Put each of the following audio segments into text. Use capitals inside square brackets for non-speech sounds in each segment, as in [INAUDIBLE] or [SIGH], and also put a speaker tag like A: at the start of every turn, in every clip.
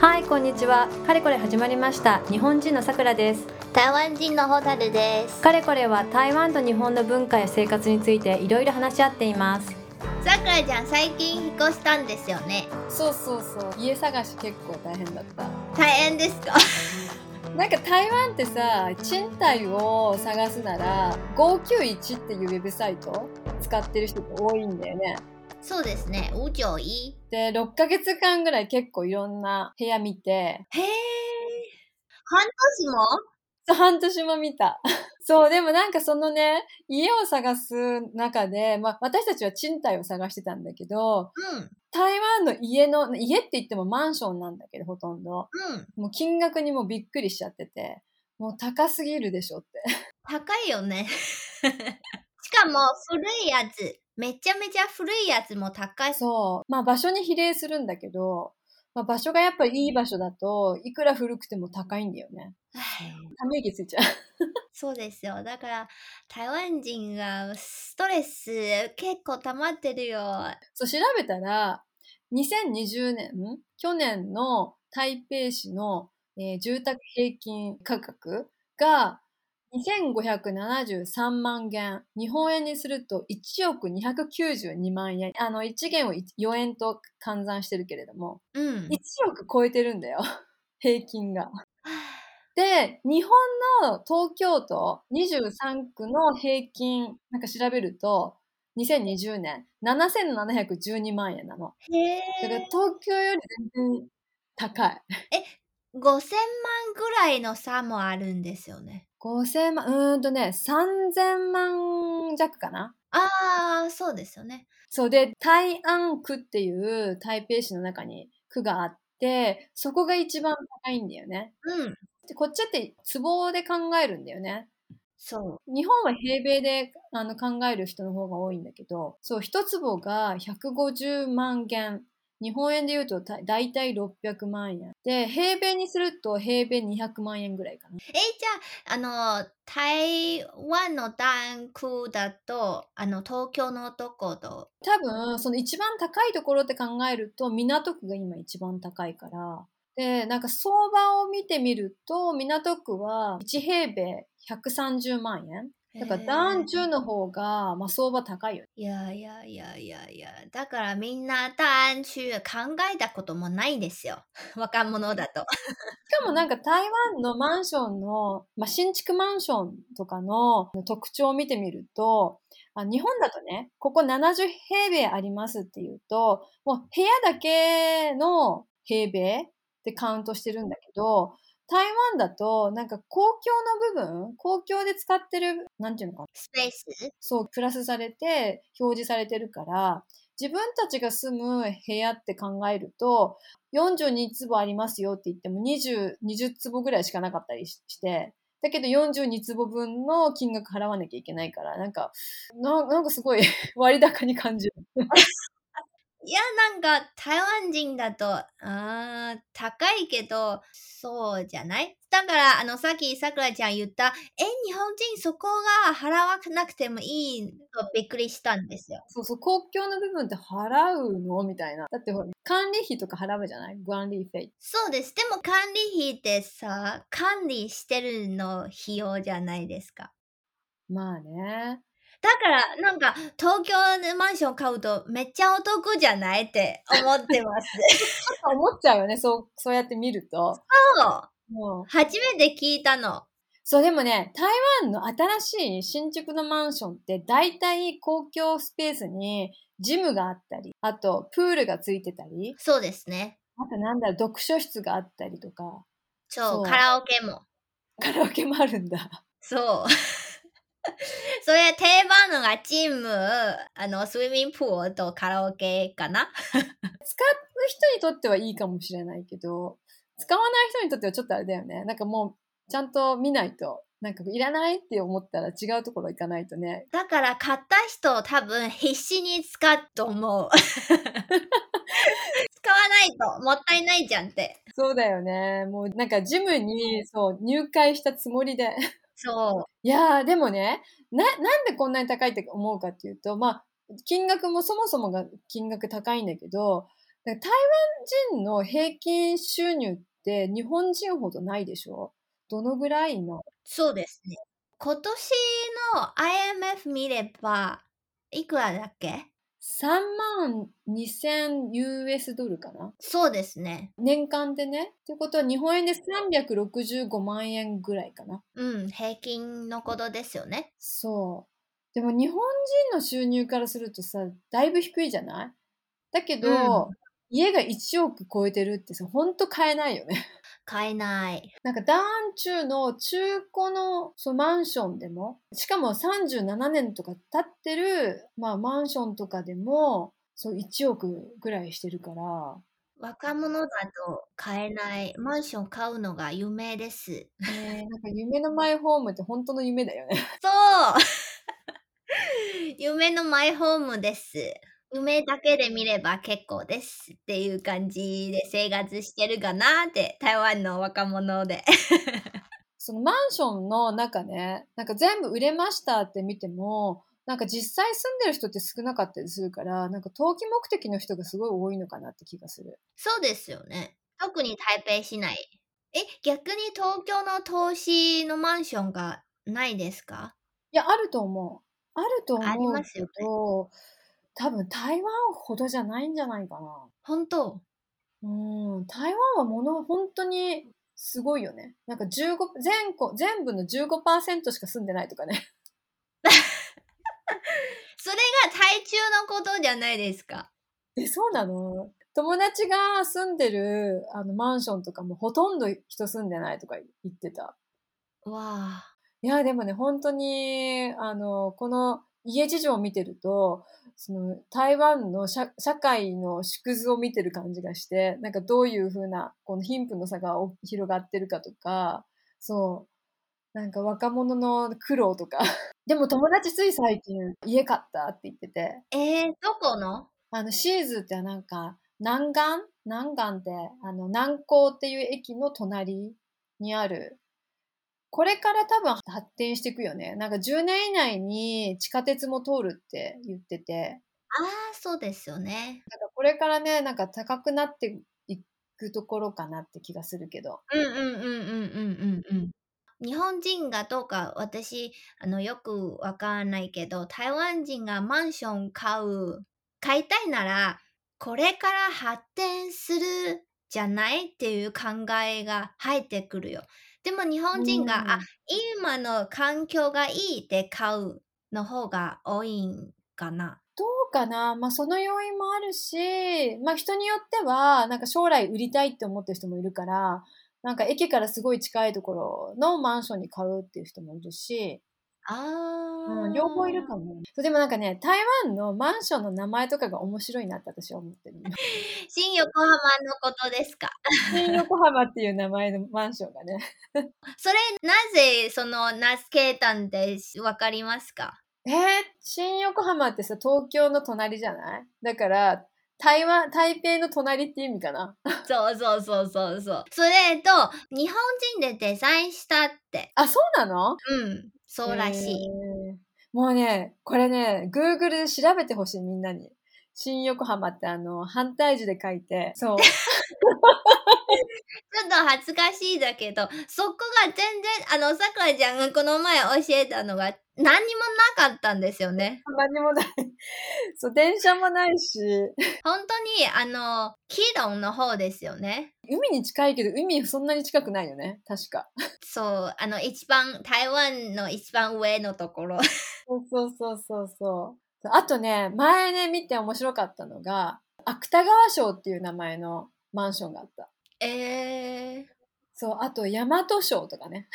A: はいこんにちはかれこれ始まりました日本人のさくらです
B: 台湾人のホタルです
A: かれこれは台湾と日本の文化や生活についていろいろ話し合っています
B: さくらちゃん最近引っ越したんですよね
C: そうそうそう家探し結構大変だった
B: 大変ですか
C: なんか台湾ってさ賃貸を探すなら591っていうウェブサイト使ってる人が多いんだよね
B: そうですね五条い
C: で6ヶ月間ぐらい結構いろんな部屋見て
B: へえ半年も
C: そう半年も見た [LAUGHS] そうでもなんかそのね家を探す中で、まあ、私たちは賃貸を探してたんだけど
B: うん
C: 台湾の家の家って言ってもマンションなんだけどほとんど
B: うん
C: もう金額にもうびっくりしちゃっててもう高すぎるでしょって
B: 高いよ [LAUGHS] ねしかも古いやつめちゃめちゃ古いやつも高
C: [LAUGHS]
B: い
C: そう。まあ場所に比例するんだけど、まあ場所がやっぱりいい場所だといくら古くても高いんだよね。
B: はい
C: ため息ついちゃう。
B: そうですよだから台湾人がストレス結構溜まってるよ
C: そう調べたら、2020年、ん去年の台北市の、えー住宅平均価格が2573万元。日本円にすると1億292万円。あの、1元を4円と換算してるけれども、
B: うん
C: 1億超えてるんだよ。 [LAUGHS] 平均が。で、日本の東京都23区の平均、なんか調べると、2020年、7712万円なの。
B: へえ
C: だから東京より全然高い。
B: 5000万ぐらいの差もあるんですよね
C: 5000万、うーんとね、3000万弱かな。
B: ああ、そうですよね。
C: そうで、大安区っていう台北市の中に区があって、そこが一番高いんだよね。
B: うん。
C: でこっちって壺で考えるんだよね。
B: そ
C: 日本は平米であの考える人の方が多いんだけど、そう、一坪が150万元。日本円で言うとだ大体600万円。で、平米にすると平米200万円ぐらいかな。
B: う。え、じゃあ、あの、台湾の単区だと、あの、東京のとこと、
C: 多分、その一番高いところって考えると、港区が今一番高いから。で、なんか相場を見てみると、港区は1平米130万円。だから男
B: へ
C: 女
B: ー
C: の方が、まあ相場高いよね。
B: いやいやいやいやいや、だからみんな単区考えたこともないんですよ。 [LAUGHS] 若者だと。
C: しかもなんか台湾のマンションの、まあ、新築マンションとかの特徴を見てみると、あ日本だとね、ここ70平米ありますっていうと、もう部屋だけの平米ってカウントしてるんだけど、台湾だとなんか公共の部分、公共で使ってる、なんていうのかな、
B: スペース
C: そう、プラスされて表示されてるから、自分たちが住む部屋って考えると、42坪ありますよって言っても20、20坪ぐらいしかなかったりしして、だけど42坪分の金額払わなきゃいけないから、なんか、ななんかすごい [LAUGHS] 割高に感じる。
B: いや、なんか台湾人だと、あー高いけど、そうじゃないだから、あの、さっきさくらちゃん言った、え、日本人そこが払わなくてもいいとびっくりしたんですよ。
C: そうそう、公共の部分って払うのみたいな。だってほら、管理費とか払うじゃない管理費。
B: そうです。でも管理費ってさ、管理してるの費用じゃないですか。
C: まあね。
B: だから、なんか、東京のマンション買うとめっちゃお得じゃないって思ってます。
C: ちょっと思っちゃうよね。そう、そうやって見ると。
B: そう
C: もう
B: 初めて聞いたの。
C: そう、でもね、台湾の新しい新築のマンションって、大体公共スペースにジムがあったり、あとプールがついてたり、
B: そうですね。
C: あとなんだろう、読書室があったりとか、 [LAUGHS]
B: そ、
C: そうう
B: カラオケも。
C: カラオケもあるんだ。
B: そう。 [LAUGHS] それ定番のがジム、あの、スイミングプールとカラオケかな
C: 人にとってはいいかもしれないけど、使わない人にとってはちょっとあれだよね。なんかもう、ちゃんと見ないと、なんかいらないって思ったら違うところ行かないとね。
B: だから買った人多分必死に使うと思う。 [LAUGHS] 使わないともったいないじゃんって。
C: そうだよね。もうなんかジムに、そう、入会したつもりで。
B: そ
C: いやーでもねな、なんでこんなに高いって思うかっていうと、まあ、金額もそもそもが金額高いんだけど、台湾人の平均収入って日本人ほどないでしょどのぐらいの
B: そうですね。今年の IMF 見れば、いくらだっけ
C: ?3 万 2000US ドルかな
B: そうですね。
C: 年間でね。ってことは日本円で365万円ぐらいかな。
B: うん、平均のことですよね。
C: そう。でも日本人の収入からするとさ、だいぶ低いじゃないだけど、
B: う
C: 家が1億超えてるってさ、ほんと買えないよね。 [LAUGHS]
B: 買えない。
C: なんかダーン中の中古のそうマンションでも、しかも37年とか経ってる、まあ、マンションとかでも、そう1億ぐらいしてるから、
B: 若者だと買えない。マンション買うのが有名です。
C: ねえなんか夢のマイホームって本当の夢だよね。
B: そう [LAUGHS] 夢のマイホームです。夢だけで見れば結構ですっていう感じで生活してるかなって台湾の若者で。
C: そのマンションの中ね、なんか全部売れましたって見ても、なんか実際住んでる人って少なかったりするから、なんか投機目的の人がすごい多いのかなって気がする。
B: そうですよね。特に台北市内。え、逆に東京の投資のマンションがないですか
C: いや、あると思う。あると思
B: あり
C: う
B: ますよね。
C: と、多分台湾ほどじゃないんじゃないかな。
B: 本当
C: うん、台湾はもの本当にすごいよね。なんか15、全個、全部の15%しか住んでないとかね。
B: それが台中のことじゃないですか。
C: え、そうなの友達が住んでるあのマンションとかもほとんど人住んでないとか言ってた。
B: わあ。
C: いや、でもね、本当に、あの、この家事情を見てると、その台湾の社社会の縮図を見てる感じがして、なんかどういうふうな、この貧富の差がお広がってるかとか、そう、なんか若者の苦労とか。 [LAUGHS] でも友達つい最近家買ったって言ってて、
B: えー、どこの
C: あの、シーズってなんか、南岸南岸って、あの、南港っていう駅の隣にある、これから多分発展していくよね。なんか10年以内に地下鉄も通るって言ってて、
B: ああ、そうですよね。
C: なんかこれからね、なんか高くなっていくところかなって気がするけど。
B: うんうんうんうんうんうんうん。日本人がどうか私あのよくわからないけど台湾人がマンション買う買いたいならこれから発展するじゃないっていう考えが入ってくるよ。でも日本人が、
C: うん
B: あ今の環境がいいで買うの方が多いんかな。
C: どうかなまあその要因もあるし、まあ人によっては、なんか将来売りたいって思ってる人もいるから、なんか駅からすごい近いところのマンションに買うっていう人もいるし、
B: あー、
C: うん、両方いるかも。そうでもなんかね、台湾のマンションの名前とかが面白いなって私は思 [LAUGHS] ってる。
B: 新横浜のことですか
C: 新横浜っていう名前のマンションがね。
B: それなぜその名付けたんでわかりますか
C: えー、新横浜ってさ、東京の隣じゃないだから、台湾、台北の隣って意味かな。
B: [LAUGHS] そうそうそうそうそう。それと日本人でデザインしたって。
C: あ、そうなの
B: うん。そうらしい。
C: えーもうね、これね、Google で調べてほしい、みんなに。新横浜ってあの、反対字で書いて、そう。
B: ちょっと恥ずかしいだけど、そこが全然、あの、さくらちゃんがこの前教えたのが何にもなかったんですよね。
C: [LAUGHS] 何もない。そう、電車もないし。
B: 本当に、あの、キドンの方ですよね。
C: 海に近いけど海そんなに近くないよね確か
B: そう、あの、一番、台湾の一番上のところ。
C: そうそうそうそうそうあとね前ね見て面白かったのが芥川賞っていう名前のマンションがあった
B: [LAUGHS] えー、
C: そうあと大和賞とかね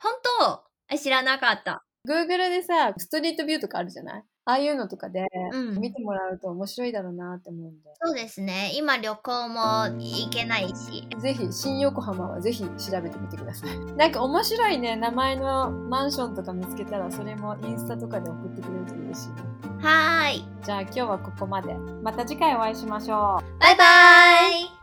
B: 本当え知らなかった。
C: Google でさストリートビューとかあるじゃないああいうのとかで
B: うん
C: 見てもらうと面白いだろうなって思うんで、
B: そうですね。今旅行も行けないし。
C: ぜひ新横浜はぜひ調べてみてくださいなんか面白いね名前のマンションとか見つけたらそれもインスタとかで送ってくれると嬉しいね
B: はーい。
C: じゃあ今日はここまでまた次回お会いしましょう
B: バイバイ